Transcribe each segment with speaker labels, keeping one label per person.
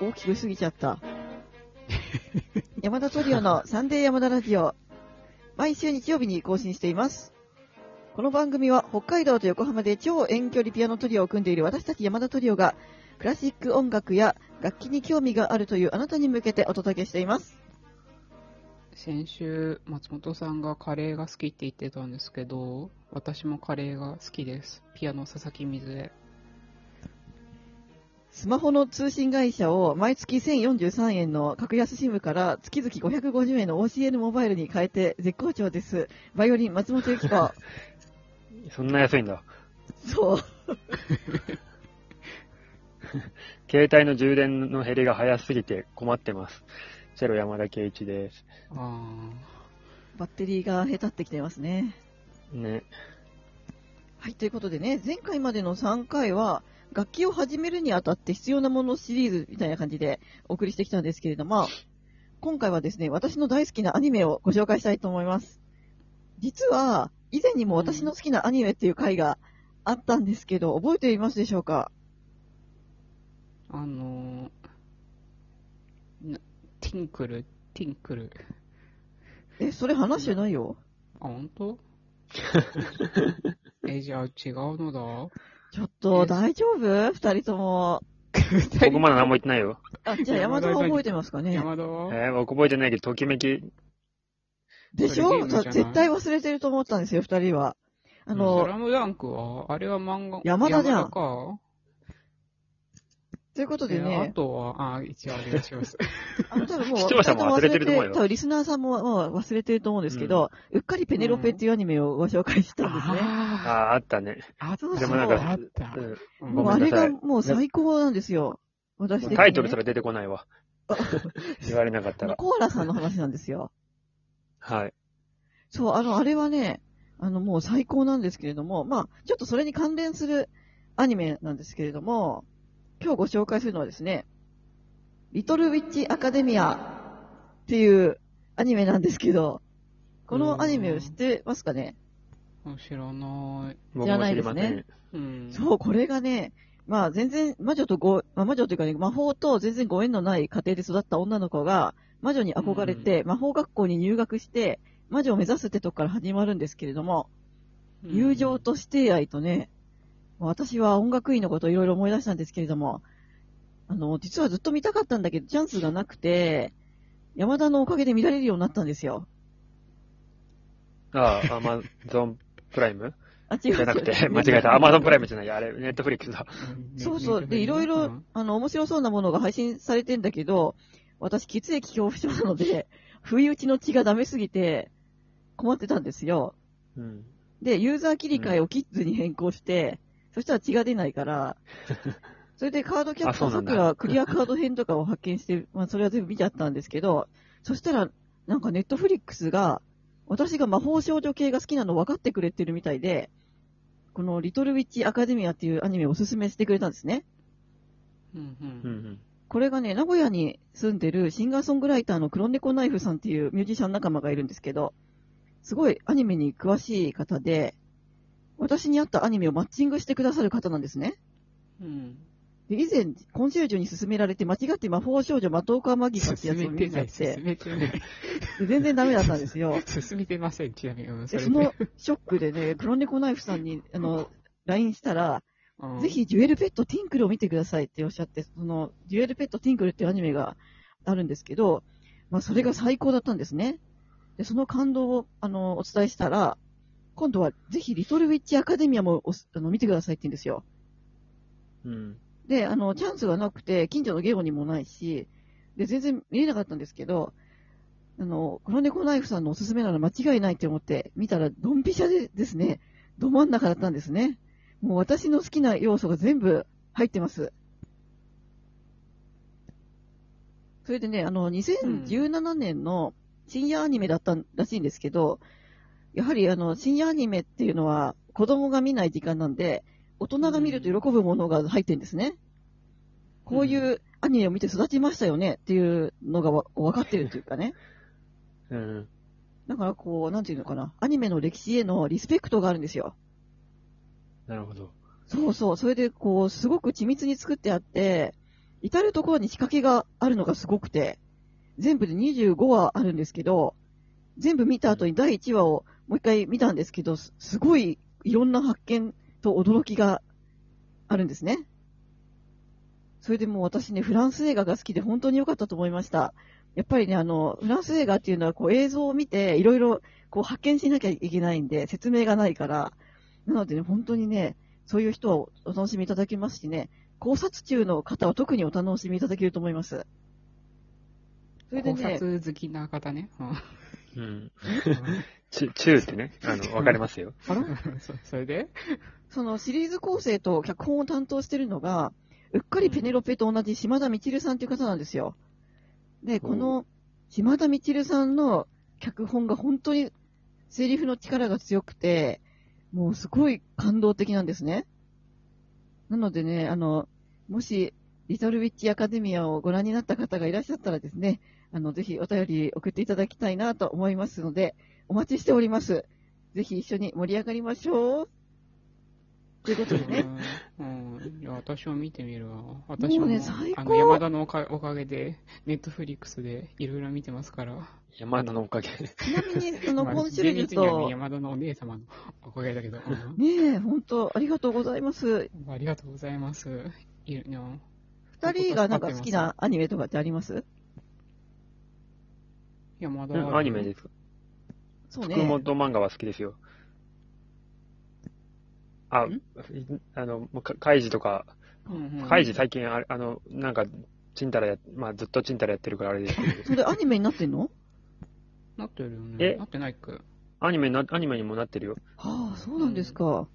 Speaker 1: 聞きすぎちゃった。山田トリオのサンデー山田ラジオ。毎週日曜日に更新しています。この番組は北海道と横浜で超遠距離ピアノトリオを組んでいる私たち山田トリオがクラシック音楽や楽器に興味があるというあなたに向けてお届けしています。
Speaker 2: 先週、松本さんがカレーが好きって言ってたんですけど、私もカレーが好きです。ピアノ佐々木水江。
Speaker 1: スマホの通信会社を毎月1043円の格安 SIM から月々550円の OCN モバイルに変えて絶好調です。バイオリン松本由紀子。
Speaker 3: そんな安いんだ。
Speaker 1: そう。
Speaker 3: 携帯の充電の減りが早すぎて困ってます。チェロ山田圭一です。
Speaker 2: あ
Speaker 1: バッテリーが下手ってきてますね。
Speaker 3: ね。
Speaker 1: はい、ということでね、前回までの3回は、楽器を始めるにあたって必要なものシリーズみたいな感じでお送りしてきたんですけれども、今回はですね、私の大好きなアニメをご紹介したいと思います。実は、以前にも私の好きなアニメっていう回があったんですけど、覚えていますでしょうか
Speaker 2: ー、あのー、なティンクル、ティンクル。
Speaker 1: え、それ話してないよ。
Speaker 2: あ、ほんとえ、じゃあ違うのだ
Speaker 1: ちょっと、大丈夫二人とも。
Speaker 3: 僕まだ何も言ってないよ。
Speaker 1: あ、じゃあ山田は覚えてますかね
Speaker 2: 山田は
Speaker 3: えー僕覚えてないけど、ときめき。
Speaker 1: でし
Speaker 2: それ
Speaker 1: ょ
Speaker 2: ゲームじゃない
Speaker 1: 絶対忘れてると思ったんですよ、二人は。あの、
Speaker 2: スラムダンクはあれは漫画。
Speaker 1: 山田じゃん
Speaker 2: 山か。
Speaker 1: ということで
Speaker 2: えあ
Speaker 1: ね、
Speaker 2: とは、あ、一応お願いします。
Speaker 1: あの、多分もう、
Speaker 3: 視聴者も忘れてると思うよ
Speaker 1: 多分リスナーさんももう忘れてると思うんですけど、うっかりペネロペっていうアニメをご紹介したんですね。
Speaker 3: あ
Speaker 2: あ
Speaker 3: あ、あったね。
Speaker 2: あ、あっ
Speaker 1: そうそ
Speaker 3: で
Speaker 1: う
Speaker 3: もなん
Speaker 2: た。あ
Speaker 3: か
Speaker 2: っ、た
Speaker 3: う。ん
Speaker 2: うん
Speaker 1: も
Speaker 3: ご
Speaker 1: う
Speaker 3: め
Speaker 1: あ
Speaker 3: んな
Speaker 1: れ
Speaker 3: さい
Speaker 1: がもう最高なんですよ。私的に、ね。
Speaker 3: タイトルすら出てこないわ。言われなかったら。
Speaker 1: コアラさんの話なんですよ。
Speaker 3: はい。
Speaker 1: そう、あの、あれはね、あの、もう最高なんですけれども、まあ、ちょっとそれに関連するアニメなんですけれども、今日ご紹介するのはですね、リトルウィッチアカデミアっていうアニメなんですけど、このアニメを知ってますかね
Speaker 2: 知らない。
Speaker 3: 僕
Speaker 1: 知ら
Speaker 3: も
Speaker 1: ないで
Speaker 3: 知り
Speaker 1: す
Speaker 3: ま
Speaker 1: ね
Speaker 3: せん。
Speaker 2: うん。
Speaker 1: そう、これがね、まあ全然、魔女とご、まあ魔女というかね、魔法と全然ご縁のない家庭で育った女の子が、魔女に憧れて、魔法学校に入学して、魔女を目指すってとこから始まるんですけれども、
Speaker 2: うん
Speaker 1: 友情、と指定愛とね、まあ私は音楽院のことをいろいろ思い出したんですけれども、あの、実はずっと見たかったんだけど、チャンスがなくて、山田のおかげで見られるようになったんですよ。
Speaker 3: ああ、アマゾンプライム
Speaker 1: あ、違
Speaker 3: じ
Speaker 1: う。
Speaker 3: ゃな く
Speaker 1: 違
Speaker 3: て、
Speaker 1: う
Speaker 3: 間違えた。アマゾンプライムじゃない。あれ、ネットフリックスだ。
Speaker 1: そうそう。で、いろいろ、あの、面白そうなものが配信されてんだけど、私、血液恐怖症なの で、不意打ちの血がダメすぎて、困ってたんですよ。
Speaker 3: うん。
Speaker 1: で、ユーザー切り替えをキッズに変更して、そしたら血が出ない から、それでカードキャ
Speaker 3: あ
Speaker 1: プ
Speaker 3: そ
Speaker 1: タ
Speaker 3: うな
Speaker 1: ー
Speaker 3: んだ
Speaker 1: らクリアカード編とかを発見して、まあ、それは全部見ちゃったんですけど、そしたら、なんかネットフリックスが、私が魔法少女系が好きなの分かってくれてるみたいで、このリトルウィッチアカデミアっていうアニメをおすすめしてくれたんですね。
Speaker 2: うんう
Speaker 3: うん
Speaker 2: ん
Speaker 3: うん。
Speaker 1: これがね、名古屋に住んでるシンガーソングライターの黒猫ナイフさんっていうミュージシャン仲間がいるんですけど、すごいアニメに詳しい方で、私に合ったアニメをマッチングしてくださる方なんですね。
Speaker 2: うん。
Speaker 1: で以前、コンシェルジュに勧められて間違って魔法少女マトーカーマギカってやつを見
Speaker 2: 進 めて
Speaker 1: にな
Speaker 2: な
Speaker 1: っ
Speaker 2: い、進
Speaker 1: て、
Speaker 2: めてない。
Speaker 1: で全然ダメだったんです よ。
Speaker 2: 進めてません、ちなみに。うん
Speaker 1: で、その、ショックでね、黒猫ナイフさんに、あの、LINE したら、
Speaker 2: うん
Speaker 1: ぜ、ひ、デュエルペットティンクルを見てくださいっておっしゃって、その、デュエルペットティンクルっていうアニメがあるんですけど、まあ、それが最高だったんですね。で、その感動を、あの、お伝えしたら、今度は、ぜひ、リトルウィッチアカデミアもおす、あの、見てくださいって言うんですよ。
Speaker 3: うん。
Speaker 1: で、あの、チャンスがなくて、近所のゲオにもないし、で、全然見れなかったんですけど、あの、黒猫ナイフさんのおすすめなら間違いないって思って、見たら、ドンピシャでですね、ど真ん中だったんですね。もう私の好きな要素が全部入ってます。それでね、あの、2017年の深夜アニメだったらしいんですけど、やはりあの、深夜アニメっていうのは、子供が見ない時間なんで、大人が見ると喜ぶものが入ってるんですね。こういうアニメを見て育ちましたよねっていうのがわ分かってるっていうかね。
Speaker 3: うん。
Speaker 1: だからこう、なんていうのかな、アニメの歴史へのリスペクトがあるんですよ。
Speaker 3: なるほど。
Speaker 1: そうそう。それでこう、すごく緻密に作ってあって、至るところに仕掛けがあるのがすごくて、全部で25話あるんですけど、全部見た後に第1話をもう一回見たんですけど、すすごいいろんな発見と驚きがあるんですね。それでもう私ね、フランス映画が好きで本当に良かったと思いました。やっぱりね、あの、フランス映画っていうのはこう映像を見ていろいろこう発見しなきゃいけないんで、説明がないから、なのでね、本当にね、そういう人はおお楽しみいただけますしね、考察中の方は特にお楽しみいただけると思います。それで
Speaker 2: 考
Speaker 1: ね、
Speaker 2: 察好きな方ね。うん
Speaker 3: うん。ちゅ、中ってね、あの、わかりますよ。
Speaker 1: あら
Speaker 2: そそれで
Speaker 1: そのシリーズ構成と脚本を担当してるのが、うっかりペネロペと同じ島田みちるさんという方なんですよ。で、この島田みちるさんの脚本が本当にセリフの力が強くて、もうすごい感動的なんですね。なのでね、あの、もし、リトルウィッチアカデミアをご覧になった方がいらっしゃったらですね、あの、ぜひお便り送っていただきたいなと思いますので、お待ちしております。ぜひ一緒に盛り上がりましょう。ということで ね、
Speaker 2: うんうん。いや、私を見てみるわ。私も
Speaker 1: もうね最高
Speaker 2: あの山田のおかおかげで、ネットフリックスでいろいろ見てますから。
Speaker 3: 山田のおかげ。
Speaker 1: ちなみに、その、
Speaker 2: まあ
Speaker 1: コンシュレル
Speaker 2: 厳密にはね
Speaker 1: と、
Speaker 2: 山田のお姉様のおかげだけど。うん
Speaker 1: ねえ、本当ありがとうございます。
Speaker 2: ありがとうございます。いるの
Speaker 1: 二人がなんか好きなアニメとかってあります
Speaker 2: 山田
Speaker 3: う
Speaker 2: は、
Speaker 3: ん、アニメです。
Speaker 1: そう
Speaker 3: 福
Speaker 1: ね。
Speaker 3: 本漫画は好きですよ。あ、
Speaker 2: ん
Speaker 3: あの、もうかカイジとか、
Speaker 2: うんうん
Speaker 3: カイジ最近あれ、あの、なんか、チンタラや、まあずっとチンタラやってるからあれですけど、
Speaker 1: そ れアニメになってんの
Speaker 2: なってるよね。
Speaker 3: え
Speaker 2: なってないっけ
Speaker 3: アニメな、アニメにもなってるよ。
Speaker 1: はあ、そうなんですか。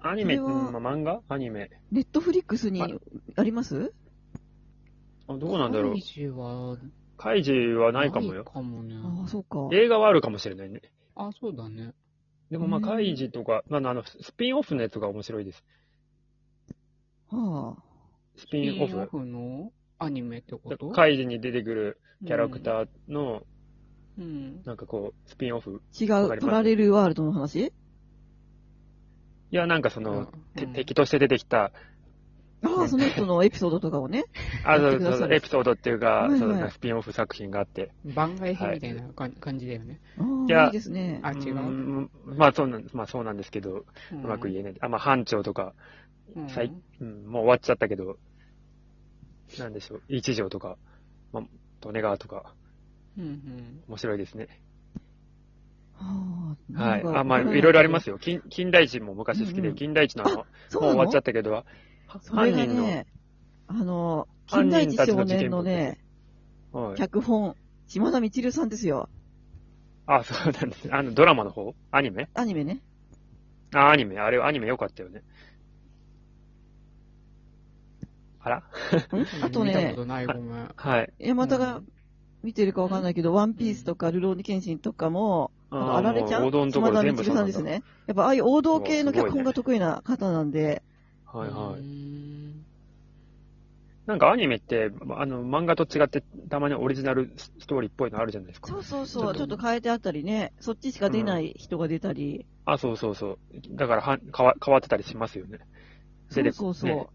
Speaker 3: アニメ、う
Speaker 1: それは
Speaker 3: ん、まあ漫画アニメ。
Speaker 1: ネットフリックスにあります
Speaker 3: あ、どうなんだろう
Speaker 2: カイ。ジは、
Speaker 3: カイジはないかもよ。
Speaker 2: かもね。
Speaker 1: ああ、そうか。
Speaker 3: 映画はあるかもしれないね。
Speaker 2: あ、そうだね。
Speaker 3: でもまあ、
Speaker 1: うん
Speaker 3: カイジとか、まあ、あの、スピンオフのやつが面白いです。
Speaker 1: はあ。
Speaker 3: ス
Speaker 2: ス
Speaker 3: ピンオフ。
Speaker 2: のアニメってこと
Speaker 3: カイジに出てくるキャラクターの、
Speaker 2: ー。うん。
Speaker 3: なんかこう、スピンオフ。
Speaker 1: 違
Speaker 3: わか
Speaker 1: う、
Speaker 3: ります
Speaker 1: パラレルワールドの話
Speaker 3: いや、なんかその、て
Speaker 2: うん
Speaker 3: 敵として出てきた、
Speaker 1: ああ、その人のエピソードとかをね。
Speaker 3: あ
Speaker 1: やっ
Speaker 3: の
Speaker 1: てくださる
Speaker 3: エピソードっていうか
Speaker 1: はい、はい
Speaker 3: そのスピンオフ作品があって。
Speaker 2: 番外編みたいな感感じだよね。
Speaker 1: あ
Speaker 3: い
Speaker 1: あ、
Speaker 3: や
Speaker 1: いいですね。
Speaker 2: あ違うん
Speaker 3: まあそうなん、まあそうなんですけど、
Speaker 2: う
Speaker 3: うんまく言えない。あ、まあ班長とか、
Speaker 2: うん
Speaker 3: 最うん、もう終わっちゃったけど、なんでしょう、一条とか、まあ、利根川とか、
Speaker 2: うんうん。
Speaker 3: 面白いですね。
Speaker 1: はあ。
Speaker 3: はい。
Speaker 1: なんか
Speaker 3: あ、まあ、いろいろあります
Speaker 1: よ。
Speaker 3: よ。近近代一も昔好き
Speaker 1: うん
Speaker 3: で、
Speaker 1: うん
Speaker 3: 近代一のあの、もう
Speaker 1: そうな
Speaker 3: 終
Speaker 1: の
Speaker 3: わっちゃったけど、
Speaker 1: それが
Speaker 3: 犯人の
Speaker 1: ね、あの、
Speaker 3: 犯
Speaker 1: 近代
Speaker 3: 人
Speaker 1: 一
Speaker 3: たち
Speaker 1: 少
Speaker 3: の事
Speaker 1: 年
Speaker 3: 件簿
Speaker 1: のね、
Speaker 3: はい。
Speaker 1: 脚本、島田みちるさんですよ。
Speaker 3: あ、そうなんですね。あの、ドラマの方アニメ
Speaker 1: アニメね。
Speaker 3: あ、アニメ。あれ、アニメ良かったよね。あら
Speaker 1: あと
Speaker 2: 見たこ
Speaker 1: ね、
Speaker 2: とない、ごめん。
Speaker 3: はい。
Speaker 1: 山田が見てるかわかんないけど、ワンピースとか、ルローニケンシンとかも、あとあられちゃ
Speaker 3: もう王道
Speaker 1: ん
Speaker 3: のとこ
Speaker 1: 島
Speaker 3: ろ
Speaker 1: 田
Speaker 3: 全
Speaker 1: み
Speaker 3: 部
Speaker 1: ち
Speaker 3: そ
Speaker 1: る
Speaker 3: う
Speaker 1: さ
Speaker 3: なんん
Speaker 1: で
Speaker 3: だ
Speaker 1: す。ね。やっぱああいう王道系の脚本が得意な方なんで、
Speaker 3: はいは
Speaker 2: う
Speaker 3: い。
Speaker 2: ん
Speaker 3: なんかアニメって、まあの、漫画と違って、たまにオリジナルストーリーっぽいのあるじゃないですか。
Speaker 1: そうそうそう、ちょっと変えてあったりね、そっちしか出ない人が出たり、
Speaker 3: あ、そうそうそう。だからは変わ、変わってたりしますよね。
Speaker 1: そ
Speaker 3: 出
Speaker 1: う
Speaker 3: て
Speaker 1: そうそう、
Speaker 3: ね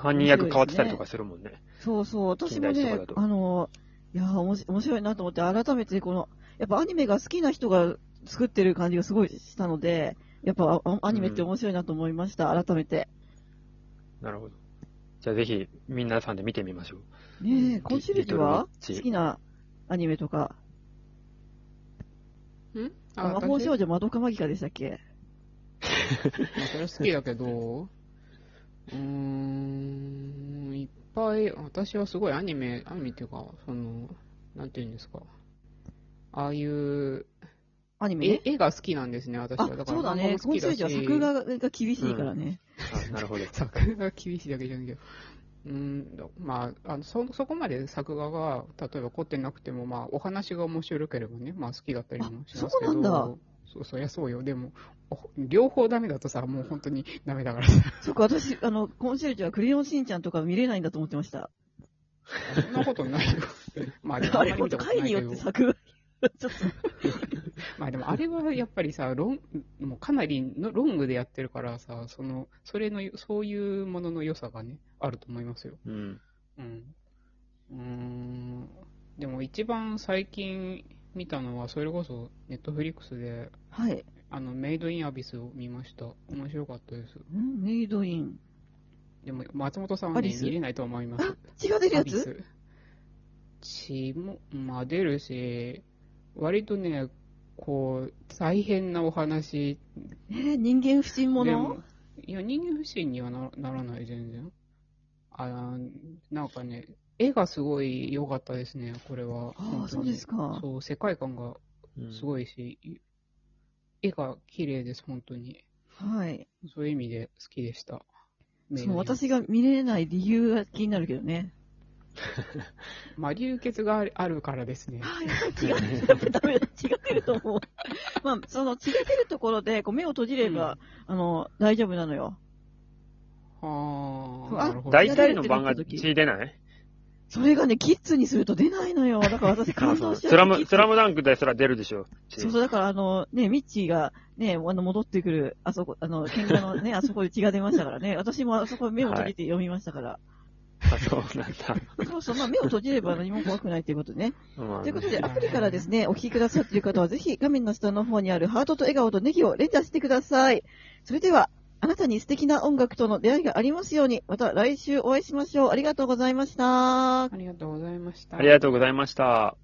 Speaker 3: 犯人役変わってたりとかするもんね。
Speaker 1: そうそう、私も
Speaker 3: 近代史
Speaker 1: ね
Speaker 3: とかだ、と
Speaker 1: あの、いやー、おもし面白いなと思って、改めてこの、やっぱアニメが好きな人が作ってる感じがすごいしたので、やっぱあアニメって面白いなと思いました、改めて。
Speaker 3: なるほど。じゃあぜひ、みんなさんで見てみましょう。
Speaker 1: ねえ、コンシルジュは
Speaker 3: リトルウィ
Speaker 1: 好
Speaker 3: ッチ
Speaker 1: きなアニメとか、
Speaker 2: んあ、
Speaker 1: 魔
Speaker 2: 私
Speaker 1: 法少女マドカマギカでしたっけ
Speaker 2: まあそれは好きだけど、うーん、いっぱい、私はすごいアニメ、アニメっていうか、その、なんていうんですか。ああいう、
Speaker 1: アニメ
Speaker 2: 絵
Speaker 1: ね。
Speaker 2: 絵が好きなんですね、私
Speaker 1: あ
Speaker 2: は。、
Speaker 1: そうだね。コンシルジュは作画が厳しいからね。
Speaker 3: あなる ほど。
Speaker 2: 作画が厳しいだけじゃないけど、うーん、まあ、あのそそこまで作画が、例えば凝ってなくても、まあ、お話が面白ければね、まあ、好きだったりもしますけど、
Speaker 1: あそうなんだ
Speaker 2: そうそう、いや、そうよ。でも、お両方ダメだとさ、もう本当にダメだからさ、
Speaker 1: そっか、私、あの、コンシェルジュはクレヨンしんちゃんとか見れないんだと思ってました。
Speaker 2: そんなことない よ。まあ、でも
Speaker 1: あれ、
Speaker 2: あん
Speaker 1: ほん
Speaker 2: まり見
Speaker 1: と、
Speaker 2: たことない
Speaker 1: 回によ
Speaker 2: け
Speaker 1: って
Speaker 2: ど、
Speaker 1: 作画、ちょっ
Speaker 2: まあ、でも、あれはやっぱりさ、ロンもうかなりのロングでやってるからさ、その、それの、そういうものの良さがね、あると思いますよ。
Speaker 3: うん。
Speaker 2: うん。うーん。でも一番最近見たのは、それこそネットフリックスで、
Speaker 1: はい。
Speaker 2: あの、メイドインアビスを見ました。面白かったです。
Speaker 1: んメイドイン。
Speaker 2: でも、松本さんは、
Speaker 1: ア
Speaker 2: ね
Speaker 1: リ、ス
Speaker 2: 見れないと思います。
Speaker 1: 血が出る
Speaker 2: ア
Speaker 1: や
Speaker 2: ビ
Speaker 1: つ
Speaker 2: ス。血も、まあ、出るし、割とね、こう、大変なお話
Speaker 1: えー人間不信
Speaker 2: で
Speaker 1: 者
Speaker 2: もいや、人間不信にはなならない、全然。あーなんかね、絵がすごい良かったですね、これは。
Speaker 1: ああ、そうです
Speaker 2: か。
Speaker 1: か。
Speaker 2: そう、世界観が
Speaker 3: うん
Speaker 2: すごいし、絵が綺麗です、本当に。
Speaker 1: はい。
Speaker 2: そういう意味で好きでした。
Speaker 1: そう、私が見れない理由が気になるけどね。
Speaker 2: まあ、流血があるあるからですね。
Speaker 1: あやっぱ血が出る、ダメだ、血が出ると思う。まあ、その血が出るところで、こう目を閉じれば、あの、大丈夫なのよ。
Speaker 2: は
Speaker 1: そ
Speaker 2: あ、
Speaker 1: う
Speaker 2: なるほど。
Speaker 3: 大体の版が血出ない
Speaker 1: それがね、キッズにすると出ないのよ。だから私感動しちゃ
Speaker 3: スラム、
Speaker 1: キッズ
Speaker 3: スラムダンクですら出るでしょ。血
Speaker 1: そうそう、だからあの、ね、ミッチーが、ね、あの、戻ってくる、あそこ、あの、喧嘩のね、あそこで血が出ましたからね。私もあそこ目を閉じて読みましたから。
Speaker 3: あ、そうなんだ。
Speaker 1: そうそう、まあ目を閉じれば何も怖くないということでね。
Speaker 3: まあ
Speaker 1: ということで、
Speaker 3: ね
Speaker 1: アプリからですね、お聞きくださっている方は、ぜひ画面の下の方にあるハートと笑顔とネギを連打してください。それでは、あなたに素敵な音楽との出会いがありますように、また来週お会いしましょう。ありがとうございました。
Speaker 2: ありがとうございました。
Speaker 3: ありがとうございました。